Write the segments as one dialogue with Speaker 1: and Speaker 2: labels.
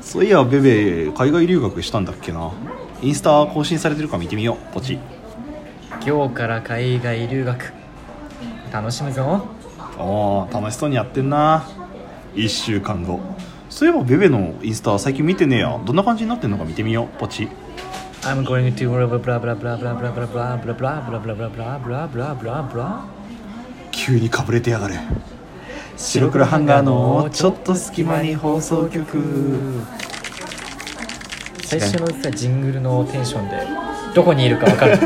Speaker 1: そういやベベ海外留学したんだっけなインスタ更新されてるか見てみようポチ
Speaker 2: 今日から海外留学楽しむぞ
Speaker 1: おー楽しそうにやってんな1週間後そういえばベベのインスタ最近見てねえやどんな感じになってんのか見てみようポチ
Speaker 2: I'm going to blah blah blah blah blah blah blah blah blah blah blah blah blah blah blah blah blah
Speaker 1: 急にかぶれてやがれ白黒ハンガーのちょっと隙間に放送局
Speaker 2: 最初のさジングルのテンションでどこにいるか分 かる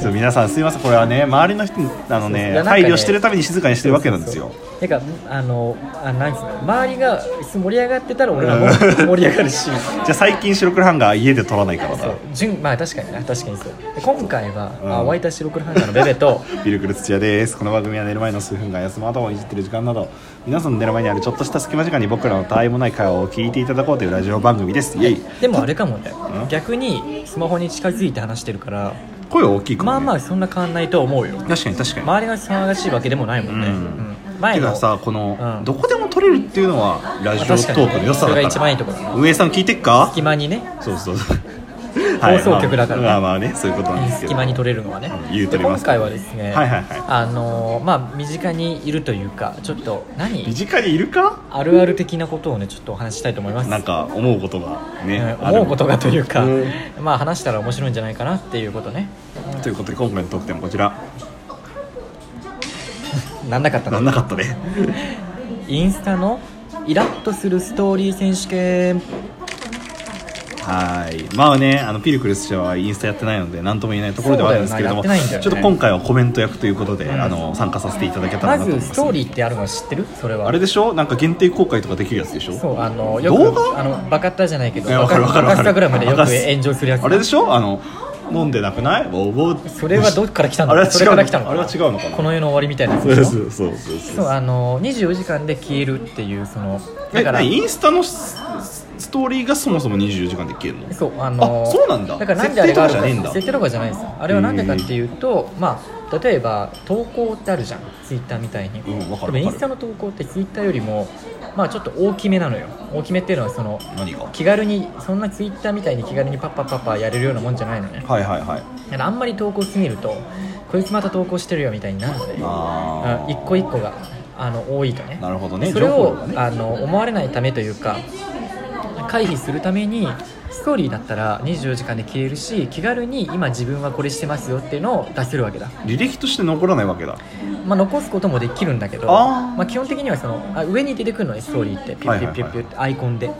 Speaker 1: そう皆さんすいませんこれはね周りの人にあの
Speaker 2: そうそうい
Speaker 1: ね
Speaker 2: やなんかね
Speaker 1: 配慮してるために静かにしてるわけなんですよ
Speaker 2: てかあのあなんつうの周りが盛り上がってたら 俺らも盛り上がるし
Speaker 1: じゃあ最近白黒ハンガー家で撮らないから
Speaker 2: そう
Speaker 1: な
Speaker 2: 順まあ確かにな確かにそうで今回は、
Speaker 1: うん
Speaker 2: あ湧いた白黒ハンガーのベベと
Speaker 1: ビルクル土屋ですこの番組は寝る前の数分間やスマートフォンをいじってる時間など皆さんの寝る前にあるちょっとした隙間時間に僕らのたわいもない会話を聞いていただこうというラジオ番組ですイエイ
Speaker 2: でもあれかもね
Speaker 1: うん
Speaker 2: 逆にスマホに近づいて話してるから
Speaker 1: 声は大きいか
Speaker 2: ま
Speaker 1: も、
Speaker 2: あ
Speaker 1: ね、
Speaker 2: まあそんな変わんないと思うよ
Speaker 1: 確かに確かに、
Speaker 2: 周りが騒がしいわけでもないもんね、
Speaker 1: うん
Speaker 2: うん前
Speaker 1: て
Speaker 2: の
Speaker 1: かさこの、
Speaker 2: うん
Speaker 1: どこでも撮れるっていうのはラジオトークの良さだ
Speaker 2: まあ確かにそれ
Speaker 1: か
Speaker 2: が一番いい
Speaker 1: ら
Speaker 2: ところだな
Speaker 1: 運営さん聞いてっか
Speaker 2: 隙間にね
Speaker 1: そうそうそう
Speaker 2: 放送局だからね
Speaker 1: まあ、まあまあねそういうことなんですけど
Speaker 2: 隙間に取れるのはね
Speaker 1: うん言うとります
Speaker 2: で今回はですね、
Speaker 1: はいはいはい
Speaker 2: あのーまあ身近にいるというかちょっと何
Speaker 1: 身近にいるか
Speaker 2: あるある的なことをねちょっとお話ししたいと思います
Speaker 1: なんか思うことがね、
Speaker 2: うん
Speaker 1: ある
Speaker 2: 思うことがというか、
Speaker 1: うん
Speaker 2: まあ話したら面白いんじゃないかなっていうことね
Speaker 1: ということで今回の特典はこちら
Speaker 2: なんなかった
Speaker 1: な
Speaker 2: なん
Speaker 1: なかったね
Speaker 2: インスタのイラッとするストーリー選手権
Speaker 1: はーいまあねあのピルクルス社はインスタやってないので何とも言えないところではあるんですけれども、
Speaker 2: そうだよなやってないんだよ
Speaker 1: ち
Speaker 2: ね
Speaker 1: ょっと今回はコメント役ということで、
Speaker 2: ん
Speaker 1: あの参加させていただけたらな
Speaker 2: ま
Speaker 1: と思い
Speaker 2: ず
Speaker 1: ます
Speaker 2: ストーリーってあるの知ってるそれは
Speaker 1: あれでしょなんか限定公開とかできるやつでしょ
Speaker 2: そうあのよく
Speaker 1: 動画
Speaker 2: あのバカッタじゃないけど
Speaker 1: いやわかるわかるわ
Speaker 2: バ
Speaker 1: か
Speaker 2: カ
Speaker 1: る
Speaker 2: スタグラムでよく
Speaker 1: バカス
Speaker 2: 炎上するやつ
Speaker 1: あれでしょあの飲んでなくないおぼ
Speaker 2: それはどっから来たの
Speaker 1: あれは違う
Speaker 2: それから来たの
Speaker 1: あれは違うのかな
Speaker 2: この世の終わりみたいなやつ
Speaker 1: そう
Speaker 2: でしょ
Speaker 1: そうそうそう
Speaker 2: そうあの24時間で消えるっていうそのだ
Speaker 1: え
Speaker 2: から
Speaker 1: 何インスタのスストーリーがそもそも24時間で消えるの
Speaker 2: そうあの
Speaker 1: あそうなんだ
Speaker 2: だからなんであれがあるか
Speaker 1: 設定とかじゃねえんだ
Speaker 2: 設定とかじゃないんですよあれはなんでかっていうとまあ例えば投稿ってあるじゃんツイッターみたいに、
Speaker 1: うんわか
Speaker 2: で
Speaker 1: る
Speaker 2: も
Speaker 1: わかる
Speaker 2: インスタの投稿ってツイッターよりもまあちょっと大きめなのよ大きめっていうのはその
Speaker 1: 何がは
Speaker 2: 気軽にそんなツイッターみたいに気軽にパッパッパッパやれるようなもんじゃないのね
Speaker 1: いはいはい
Speaker 2: だからあんまり投稿しすぎるとこいつまた投稿してるよみたいになるので
Speaker 1: あ
Speaker 2: うん
Speaker 1: ー
Speaker 2: 一個一個があの多いとね
Speaker 1: なるほどね
Speaker 2: それ
Speaker 1: 情報
Speaker 2: を
Speaker 1: 量、がね
Speaker 2: あの思われないためというか回避するためにストーリーだったら24時間で消えるし気軽に今自分はこれしてますよっていうのを出せるわけだ、
Speaker 1: 履歴として残らないわけだ
Speaker 2: まあ、残すこともできるんだけど
Speaker 1: あー
Speaker 2: まあ、基本的にはそのあ上に出てくるのねストーリーってピュ
Speaker 1: は
Speaker 2: ッ
Speaker 1: い
Speaker 2: ピ
Speaker 1: はいはい
Speaker 2: ュッピュッピュッってアイコンで。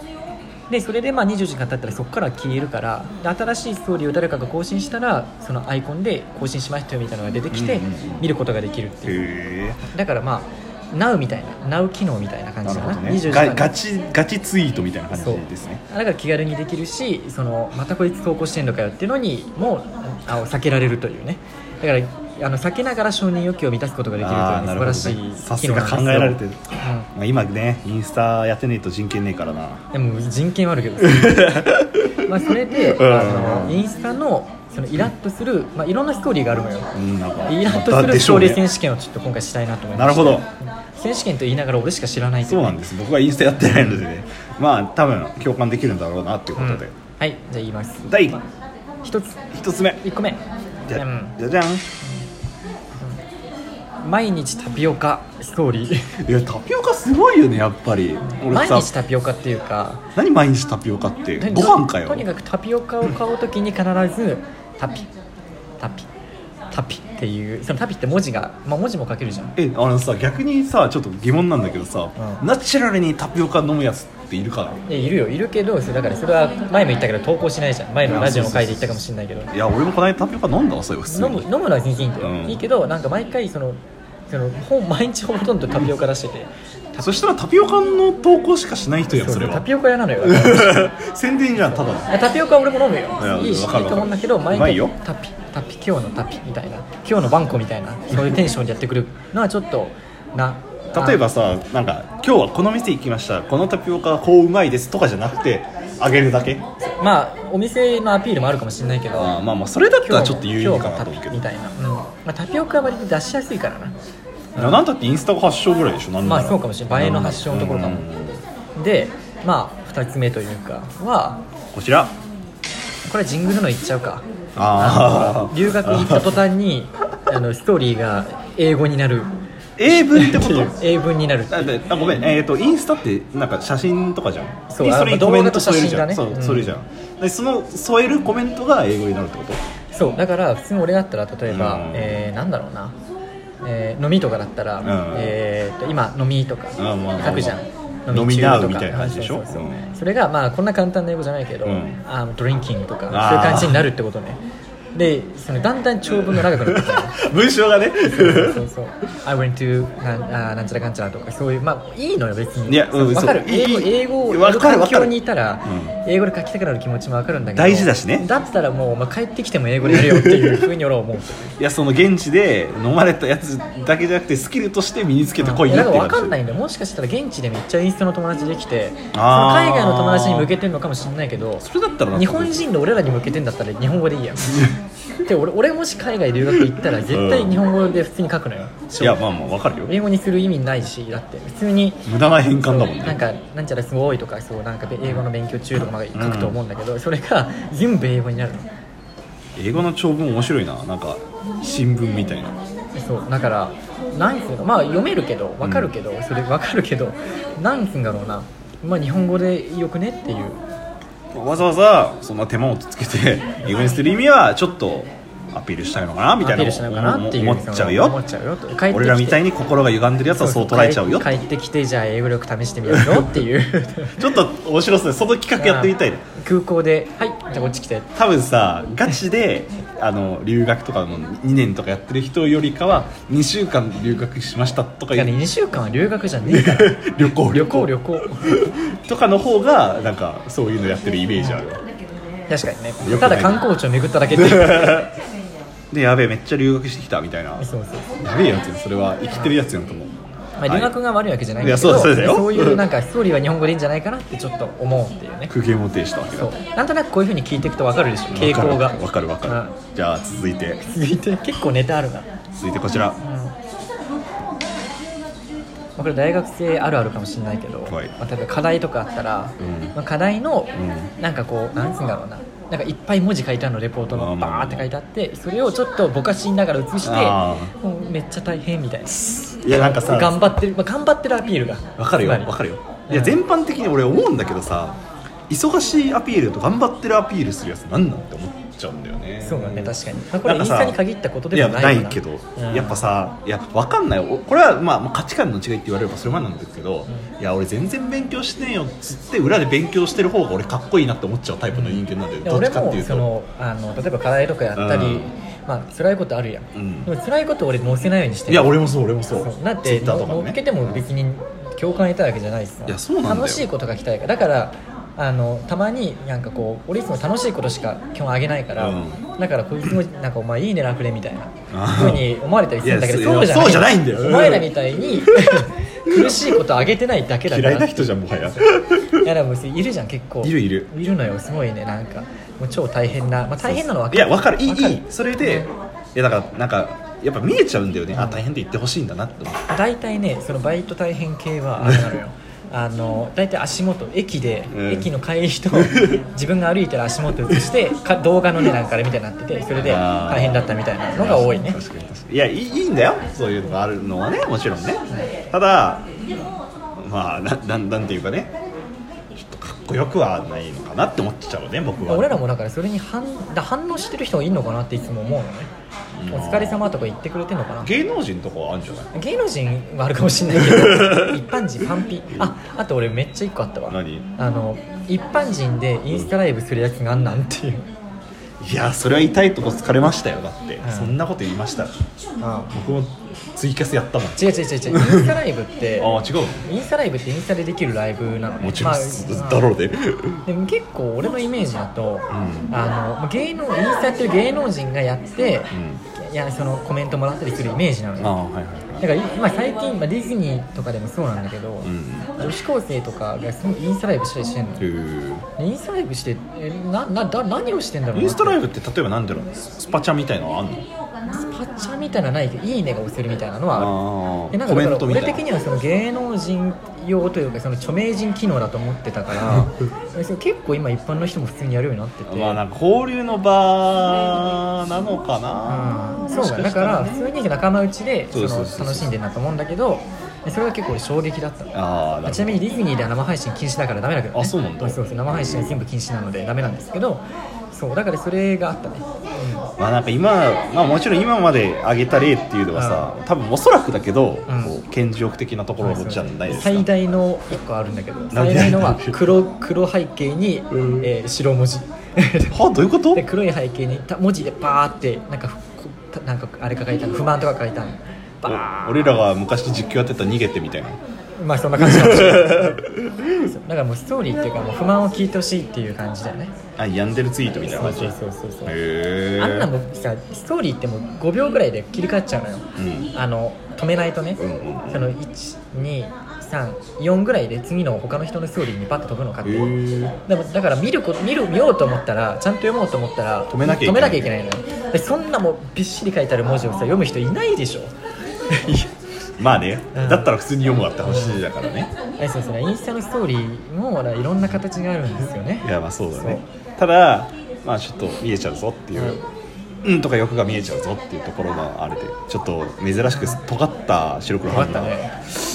Speaker 2: でそれでまあ24時間経ったらそこから消えるからで新しいストーリーを誰かが更新したらそのアイコンで更新しましたよみたいなのが出てきて
Speaker 1: うんうんうん
Speaker 2: 見ることができるっていう
Speaker 1: へ
Speaker 2: だからまあ Now みたいな Now 機能みたいな
Speaker 1: え
Speaker 2: 感
Speaker 1: な
Speaker 2: じ
Speaker 1: る
Speaker 2: か
Speaker 1: ほ
Speaker 2: な
Speaker 1: どね
Speaker 2: 24時
Speaker 1: ガ
Speaker 2: 間
Speaker 1: ガチガチツイートみたいな感じ
Speaker 2: そう
Speaker 1: ですね
Speaker 2: だから気軽にできるしそのまたこいつ投稿してんのかよっていうのにもあ避けられるというねだからあの避けながら承認欲求を満たすことができるというね、
Speaker 1: あーな
Speaker 2: 素
Speaker 1: る
Speaker 2: 晴
Speaker 1: ほど
Speaker 2: ら
Speaker 1: ね
Speaker 2: しい
Speaker 1: さ
Speaker 2: 機
Speaker 1: す
Speaker 2: 能なん
Speaker 1: が
Speaker 2: ですよ
Speaker 1: 考えられてる、
Speaker 2: う、
Speaker 1: まあ、今ねインスタやってねえと人権ねえからなん
Speaker 2: でも人権はあるけど まあそれで、
Speaker 1: うん
Speaker 2: あのインスタのそのイラッとする、まあ、いろんなストーリーがあるのよ
Speaker 1: うんなんか
Speaker 2: イラッと
Speaker 1: ま
Speaker 2: す
Speaker 1: た
Speaker 2: る
Speaker 1: で
Speaker 2: ス
Speaker 1: しょ
Speaker 2: トー
Speaker 1: う
Speaker 2: リ
Speaker 1: ね
Speaker 2: ー選手権をちょっと今回したいなと思いま
Speaker 1: なる
Speaker 2: す
Speaker 1: ほど
Speaker 2: 選手権と言いながら俺しか知らないとい
Speaker 1: そうなんです僕はインスタやってないのでねまあ多分共感できるんだろうなっていうこ
Speaker 2: うん
Speaker 1: と
Speaker 2: は
Speaker 1: で、
Speaker 2: いじゃあ言います
Speaker 1: 第
Speaker 2: 一つ
Speaker 1: 一つ目
Speaker 2: 一個目
Speaker 1: じゃ,、
Speaker 2: うん
Speaker 1: じゃじゃん
Speaker 2: 毎日タピオカストーリー
Speaker 1: いやタピオカすごいよねやっぱり
Speaker 2: 毎
Speaker 1: 俺
Speaker 2: 日
Speaker 1: さ
Speaker 2: タピオカっていうか
Speaker 1: 何毎日タピオカってご飯かよ
Speaker 2: とにかくタピオカを買うときに必ずタピタピタピっていうそのタピって文字が、まあ、文字も書けるじゃん
Speaker 1: えあのさ逆にさちょっと疑問なんだけどさ、
Speaker 2: うん
Speaker 1: ナチュラルにタピオカ飲むやつっているか
Speaker 2: いやいるよいるけどそれだからそれは前も言ったけど投稿しないじゃん前のラジオの回で言ったかもしれないけど
Speaker 1: ないや俺もこの間タピオカ飲んだわそれ普通に
Speaker 2: 飲む飲むのは全然いいんだよ、
Speaker 1: うん
Speaker 2: いいけどなんか毎回そのそのほん毎日ほとんどタピオカ出してて
Speaker 1: そしたらタピオカの投稿しかしない人やん
Speaker 2: そう
Speaker 1: それ
Speaker 2: タ
Speaker 1: は
Speaker 2: ピオカ屋なのよ
Speaker 1: 宣伝じゃんただの
Speaker 2: いやタピオカ俺も飲むよ
Speaker 1: や
Speaker 2: いいしいい
Speaker 1: わかるわかる
Speaker 2: と思うんだけど毎
Speaker 1: うま
Speaker 2: 回
Speaker 1: いよ
Speaker 2: タピタピ今日のタピみたいな今日のバンコみたいなそういうテンションでやってくるのはちょっとな
Speaker 1: 例えばさなんか今日はこの店行きましたこのタピオカこううまいですとかじゃなくてあげるだけ
Speaker 2: あまあお店のアピールもあるかもしれないけど
Speaker 1: あーまあまあそれだったらちょっと有意義か
Speaker 2: 今
Speaker 1: な
Speaker 2: 日
Speaker 1: と思うけ
Speaker 2: もタピ
Speaker 1: ど
Speaker 2: みたいな、うんまあ、タピオカは割と出しやすいからない
Speaker 1: やなんだってインスタが発祥ぐらいでしょなんなら
Speaker 2: まあそうかもしれない映えの発祥のところかも
Speaker 1: うん
Speaker 2: でまあ2つ目というかは
Speaker 1: こちら
Speaker 2: これジングルの言っちゃうか
Speaker 1: あー
Speaker 2: 留学行った途端にあのストーリーが英語になる
Speaker 1: 英文 ってこと
Speaker 2: 英文になるって
Speaker 1: あであごめんえっ、とインスタってなんか写真とかじゃん
Speaker 2: そう
Speaker 1: でそれ
Speaker 2: あ
Speaker 1: に
Speaker 2: の
Speaker 1: コメント添える
Speaker 2: 動
Speaker 1: じ
Speaker 2: 画
Speaker 1: ゃん、
Speaker 2: と写
Speaker 1: そ
Speaker 2: 真がね
Speaker 1: うそれじゃん、でその添えるコメントが英語になるってこと
Speaker 2: そうだから普通に俺だったら例えば、
Speaker 1: うん
Speaker 2: えーなんだろうな、えー飲みとかだったら、
Speaker 1: ん
Speaker 2: えーと今飲みとか
Speaker 1: んまあまあまあ
Speaker 2: 書くじゃん、
Speaker 1: 飲み
Speaker 2: 中
Speaker 1: な
Speaker 2: と
Speaker 1: う
Speaker 2: か
Speaker 1: みたいな感じでしょ
Speaker 2: そうそうそう
Speaker 1: うん
Speaker 2: それがまあこんな簡単な英語じゃないけど、
Speaker 1: うん
Speaker 2: あのドリンキングとかそういう
Speaker 1: あー
Speaker 2: 感じになるってことねでそのだんだん長文が長くなってくる
Speaker 1: 文章がね
Speaker 2: そうそう「I went to なんあーなんちゃらかんちゃら」とかそういうまあいいのよ別に
Speaker 1: いやうん
Speaker 2: 分かる
Speaker 1: そういい
Speaker 2: 英語英語を
Speaker 1: わかる
Speaker 2: 環境にいたら、
Speaker 1: う
Speaker 2: 英語で書きたくなる気持ちも分かるんだけど
Speaker 1: 大事だしね
Speaker 2: だったらもう、まあ、帰ってきても英語でやるよっていうふうに俺 は思う
Speaker 1: いやその現地で飲まれたやつだけじゃなくてスキルとして身につけてこいよ
Speaker 2: や
Speaker 1: っ
Speaker 2: な
Speaker 1: てい
Speaker 2: んか
Speaker 1: う
Speaker 2: 分かんないいんだよもしかしたら現地でめっちゃインスタの友達できてその
Speaker 1: あー
Speaker 2: 海外の友達に向けてるのかもしれないけど
Speaker 1: それだったらなんか
Speaker 2: 日本人の俺らに向けてんだったら日本語でいいやん で俺俺もし海外留学行ったら絶対日本語で普通に書くのよ、
Speaker 1: いやまあまあわかるよ
Speaker 2: 英語にする意味ないしだって普通に
Speaker 1: 無駄な変換だもん
Speaker 2: なん
Speaker 1: ね
Speaker 2: かなんちゃらすごいとかそうなんかべ英語の勉強中とかまあ書くと思うんだけど、それが全部英語になるの
Speaker 1: 英語の長文面白いななんか新聞みたいな
Speaker 2: そうだからなんつうのまあ読めるけどわかるけど、それわかるけどなんつうんだろうなまあ日本語でよくねっていう
Speaker 1: わざわざそんな手間をつけて英語にする意味はちょっとアピールしたいのかなみたいな
Speaker 2: アピールしないかなっていう
Speaker 1: 思っちゃう
Speaker 2: 思
Speaker 1: よ
Speaker 2: っちゃうよと帰ってきて
Speaker 1: 俺らみたいに心が歪んでるやつはそう捉えちゃうよ
Speaker 2: 帰ってきてじゃあ英語力試してみようよっていう
Speaker 1: ちょっと面白そうですその企画 やってみたいね
Speaker 2: 空港で「はいじゃあこっち来て」
Speaker 1: 多分さガチであの留学とかの2年とかやってる人よりかは2週間留学しましたとか
Speaker 2: だ
Speaker 1: い
Speaker 2: から
Speaker 1: う
Speaker 2: 2週間は留学じゃね えから
Speaker 1: 旅行
Speaker 2: 旅行旅行
Speaker 1: とかの方がなんかそういうのやってるイメージあるわ
Speaker 2: 確かにね
Speaker 1: よくない
Speaker 2: ただ観光地を巡った だけっていう
Speaker 1: でやべえめっちゃ留学してきたみたいな
Speaker 2: そうそう
Speaker 1: やべえやつよそれは生きてるやつやんと思う、
Speaker 2: まあ、留学が悪いわけじゃないんだけ
Speaker 1: い
Speaker 2: ど
Speaker 1: やそうだそうだよ
Speaker 2: そういうなんかストーリーは日本語でいいんじゃないかなってちょっと思うっていうね
Speaker 1: 苦言を呈したわけだ
Speaker 2: そうなんとなくこういうふうに聞いていくと分かるでしょ傾向が
Speaker 1: わかるわかるわかるじゃあ続いて
Speaker 2: うん続いて結構ネタあるな、
Speaker 1: 続いてこちら
Speaker 2: うんまあこれ大学生あるあるかもしれないけど、
Speaker 1: はい
Speaker 2: まあ、例えば課題とかあったら、
Speaker 1: うん
Speaker 2: まあ、課題の
Speaker 1: う
Speaker 2: なんかこうなんつうんだろうななんかいっぱい文字書いてあるのレポート
Speaker 1: まあ
Speaker 2: の
Speaker 1: まあまあ
Speaker 2: バーって書いてあってそれをちょっとぼかしながら写
Speaker 1: あ
Speaker 2: してもうめっちゃ大変みたいない
Speaker 1: やなんかさ
Speaker 2: 頑張ってる、まあ、頑張ってるアピールが
Speaker 1: わかるよ
Speaker 2: つまり
Speaker 1: わかるよいや全般的に俺思うんだけどさ忙しいアピールと頑張ってるアピールするやつなんなんって思っちゃうんだよね
Speaker 2: そうだね確かに、まあ、こ
Speaker 1: な
Speaker 2: れ
Speaker 1: ん
Speaker 2: イン
Speaker 1: かさ
Speaker 2: スタに限ったこと
Speaker 1: い
Speaker 2: で
Speaker 1: や
Speaker 2: はない
Speaker 1: ない
Speaker 2: よ
Speaker 1: けど、
Speaker 2: うん
Speaker 1: やっぱさいやわかんないおこれは、まあ、まあ価値観の違いって言われればそれまでなんですけど、いや俺全然勉強してねえよっつって裏で勉強してる方が俺かっこいいなって思っちゃうタイプの人間なんだよ、
Speaker 2: で
Speaker 1: どっ
Speaker 2: 俺
Speaker 1: ちかっ
Speaker 2: も
Speaker 1: ていう
Speaker 2: そ
Speaker 1: と
Speaker 2: のあの例えば課題とかやったり、
Speaker 1: うん
Speaker 2: まあ辛いことあるやん、
Speaker 1: うん
Speaker 2: でも辛いこと俺載せないようにして
Speaker 1: い
Speaker 2: る
Speaker 1: や俺もそう俺もそう
Speaker 2: そうだっ
Speaker 1: Twitter
Speaker 2: て
Speaker 1: とかも
Speaker 2: 乗っけ
Speaker 1: ね
Speaker 2: ても別に共感得たいわけじゃないしさ
Speaker 1: いやそうなんだよ
Speaker 2: 楽しいことが来たいからだからあのたまになんかこう俺いつも楽しいことしか基本あげないから、
Speaker 1: う
Speaker 2: だからこいつもなんかお前いいね楽でみたいな
Speaker 1: あー
Speaker 2: ふうに思われたりするんだけど
Speaker 1: いやそう
Speaker 2: そう
Speaker 1: そう
Speaker 2: じ
Speaker 1: じ
Speaker 2: ゃ
Speaker 1: ゃ
Speaker 2: な
Speaker 1: ないいんだようん
Speaker 2: お前らみたいに苦しいことあげてないだけだから
Speaker 1: 嫌いな人じゃんもはや
Speaker 2: いやでもいるじゃん結構
Speaker 1: いるいる
Speaker 2: いるのよすごいねなんかもう超大変な、まあ、大変なのは分
Speaker 1: い
Speaker 2: か
Speaker 1: や
Speaker 2: る
Speaker 1: わかるいい
Speaker 2: わかる
Speaker 1: いいそれで、いやだからなんかやっぱ見えちゃうんだよね、あ大変って言ってほしいんだなって思う
Speaker 2: 大体ねそのバイト大変系はあれな のよあの大体足元駅で、
Speaker 1: うん
Speaker 2: 駅の帰 りと自分が歩いてる足元映してか動画のねなんかあれみたいになっててそれで
Speaker 1: あー
Speaker 2: 大変だったみたいなのが多いね
Speaker 1: 確かに確かにいやいいいいんだよそういうのがあるのはねもちろんねただまあななんなんていうかねちょっとかっこよくはないのかなって思っちゃうね僕は
Speaker 2: 俺らもだからそれに反だ反応してる人がいるのかなっていつも思うのね
Speaker 1: うん
Speaker 2: お疲れ様とか言ってくれてんのかな
Speaker 1: 芸能人とかはあるんじゃない
Speaker 2: 芸能人はあるかもし れないけど一般人パンピああと俺めっちゃ一個あったわ
Speaker 1: 何
Speaker 2: あの一般人でインスタライブするやつがあんなんっていう、
Speaker 1: いやそれは痛いとこ疲れましたよだって、
Speaker 2: ん
Speaker 1: そんなこと言いました僕もツイキャスやったもん
Speaker 2: 違う違う違う違うインスタライブって
Speaker 1: ああ違う
Speaker 2: インスタライブってインスタでできるライブなのね
Speaker 1: もちろん、
Speaker 2: ま あ
Speaker 1: だろうね
Speaker 2: でも結構俺のイメージだと、
Speaker 1: ん
Speaker 2: あの芸能インスタやってる芸能人がやって、いやそのコメントもらったりするイメージなの
Speaker 1: あ
Speaker 2: よ
Speaker 1: あはいはい
Speaker 2: だ
Speaker 1: はい
Speaker 2: から今最近、まあ、ディズニーとかでもそうなんだけど、
Speaker 1: うん
Speaker 2: 女子高生とかがすごいインスタライブしたりしてんの
Speaker 1: へー
Speaker 2: インスタライブしてえななだ何をしてんだろうな
Speaker 1: インスタラ
Speaker 2: イ
Speaker 1: イブって例えば何だろうスパチャみたいなのあんの
Speaker 2: スパチャみたいなのはないけど「いいね」が押せるみたいなのはある
Speaker 1: あ
Speaker 2: え
Speaker 1: あ
Speaker 2: なん
Speaker 1: コ
Speaker 2: か
Speaker 1: メ
Speaker 2: だから
Speaker 1: ントみ
Speaker 2: 俺
Speaker 1: たい
Speaker 2: 的
Speaker 1: な
Speaker 2: にはその芸能人用というかその著名人機能だと思って たからそう結構今一般の人も普通にやるようになってて、
Speaker 1: まあなんか交流の場なのかな、
Speaker 2: うん、そうだ,、
Speaker 1: もし
Speaker 2: だ
Speaker 1: した
Speaker 2: からら
Speaker 1: ね
Speaker 2: 普通に仲間内でそ
Speaker 1: そう
Speaker 2: の
Speaker 1: そうそうそう
Speaker 2: 楽しんでるなと思うんだけどでそれが結構衝撃だったの
Speaker 1: ああなるほど
Speaker 2: ちなみにディズニーでは生配信禁止だからダメだけど、ね、
Speaker 1: あそうなんだ
Speaker 2: そうそう生配信全部禁止なのでダメなんですけどそうだからそれがあったね、
Speaker 1: まあなんか今、まあ、もちろん今まで上げた例っていうのはさ、多分おそらくだけど、
Speaker 2: うん
Speaker 1: こう顕示欲的なところじゃないですか
Speaker 2: 最大の1個あるんだけど
Speaker 1: なん
Speaker 2: 最
Speaker 1: で
Speaker 2: 大のは 黒黒背景に、
Speaker 1: うん
Speaker 2: えー白文字
Speaker 1: はあどういうこと
Speaker 2: で黒い背景にた文字でバーってなんかふこたなんかあれか書いたの不満とか書いたの
Speaker 1: お俺らが昔実況やってた逃げてみたいな
Speaker 2: まあそんな感じなん ですよだからもうストーリーっていうかもう不満を聞いてほしいっていう感じだよね
Speaker 1: あ病んでるツイートみたいな
Speaker 2: そう
Speaker 1: 感じ
Speaker 2: そう
Speaker 1: へ
Speaker 2: そうそうそう
Speaker 1: え
Speaker 2: あんなもんさストーリーってもう5秒ぐらいで切り替わっちゃうのよ、
Speaker 1: うん
Speaker 2: あの止めないとね、
Speaker 1: うんうんうん
Speaker 2: その1234ぐらいで次の他の人のストーリーにバッと飛ぶのかって、
Speaker 1: へえ
Speaker 2: でもだから見るこ見る見ようと思ったらちゃんと読もうと思ったら
Speaker 1: 止めなきゃいけない
Speaker 2: いけないのよでそんなもうびっしり書いてある文字をさ読む人いないでしょ
Speaker 1: まあね、
Speaker 2: うん
Speaker 1: だったら普通に読むわって話だからね、
Speaker 2: えそうそうインスタのストーリーもほらいろんな形があるんですよね
Speaker 1: いやまあそうだねただまあちょっと見えちゃうぞっていう、うん、とか欲が見えちゃうぞっていうところがあれでちょっと珍しく尖った白黒
Speaker 2: 尖
Speaker 1: ハ
Speaker 2: っ
Speaker 1: ン
Speaker 2: た
Speaker 1: ター
Speaker 2: ね、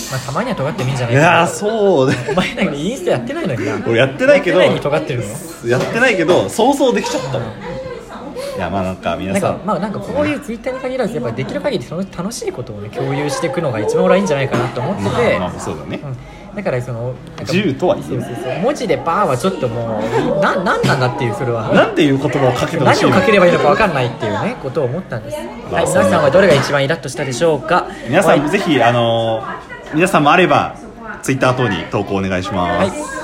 Speaker 2: まあ、たまには尖ってもいいんじゃないい
Speaker 1: やー
Speaker 2: か
Speaker 1: そうね
Speaker 2: お前なんかインスタやってないのにな
Speaker 1: 俺やってないけど
Speaker 2: やってないのに尖ってるの
Speaker 1: やってないけど想像できちゃったもんいやまあなんか皆
Speaker 2: なん
Speaker 1: さん
Speaker 2: かまあなんかこういうツイッターに限らずやっぱできる限りその楽しいことをね共有していくのが一番俺はいいんじゃないかなと思って
Speaker 1: ま
Speaker 2: て、
Speaker 1: あまあそうだね、
Speaker 2: うん、だからそのなんか
Speaker 1: 10とは言え
Speaker 2: そう
Speaker 1: ない
Speaker 2: そうそう文字でバーはちょっともうななんなんだっていうそれは
Speaker 1: なんていう言葉をかけてほしい
Speaker 2: 何
Speaker 1: の
Speaker 2: をかければいいのか分かんないっていうねことを思ったんです、はい、皆さんはどれが一番イラッとしたでしょうか
Speaker 1: 皆さん
Speaker 2: は
Speaker 1: も
Speaker 2: い
Speaker 1: ぜひあのー皆さんもあればツイッター等に投稿お願いします、
Speaker 2: はい